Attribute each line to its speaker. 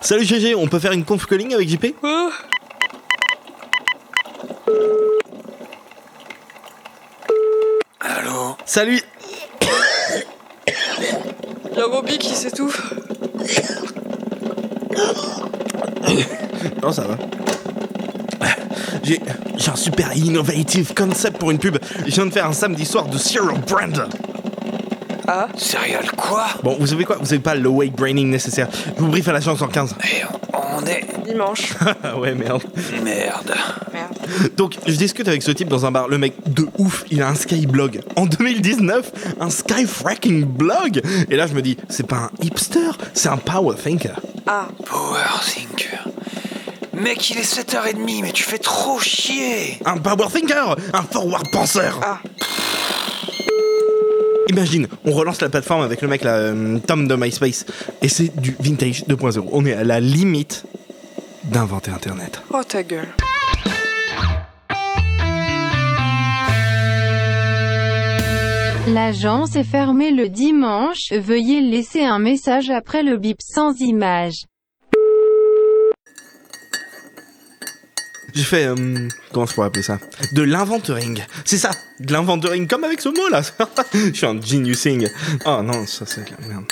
Speaker 1: Salut GG, on peut faire une conf calling avec JP
Speaker 2: Oh,
Speaker 3: Allô
Speaker 1: Salut
Speaker 2: y a Bobby qui s'étouffe.
Speaker 1: Non, ça va. J'ai j'ai un super innovative concept pour une pub. Je viens de faire un samedi soir de Cereal Brand.
Speaker 2: Ah,
Speaker 3: Céréales quoi
Speaker 1: Bon, vous savez quoi Vous avez pas le wake braining nécessaire. Je vous briefe à la chance en 15.
Speaker 3: Et Eh, on est...
Speaker 2: dimanche.
Speaker 1: Ah ouais, merde.
Speaker 3: Merde.
Speaker 2: Merde.
Speaker 1: Donc, je discute avec ce type dans un bar. Le mec, de ouf, il a un skyblog. En 2019, un skyfracking blog Et là, je me dis, c'est pas un hipster, c'est un power thinker.
Speaker 2: Ah,
Speaker 3: Power Thinker. Mec, il est 7h30, mais tu fais trop chier
Speaker 1: Un power thinker Un forward penseur
Speaker 2: ah.
Speaker 1: Imagine, on relance la plateforme avec le mec là, euh, Tom de MySpace, et c'est du vintage 2.0. On est à la limite d'inventer Internet.
Speaker 2: Oh ta gueule.
Speaker 4: L'agence est fermée le dimanche. Veuillez laisser un message après le bip sans image.
Speaker 1: J'ai fait, euh, comment je pourrais appeler ça De l'inventoring. C'est ça, de l'inventoring, comme avec ce mot là. je suis un geniusing. Oh non, Ah, ça c'est de la merde.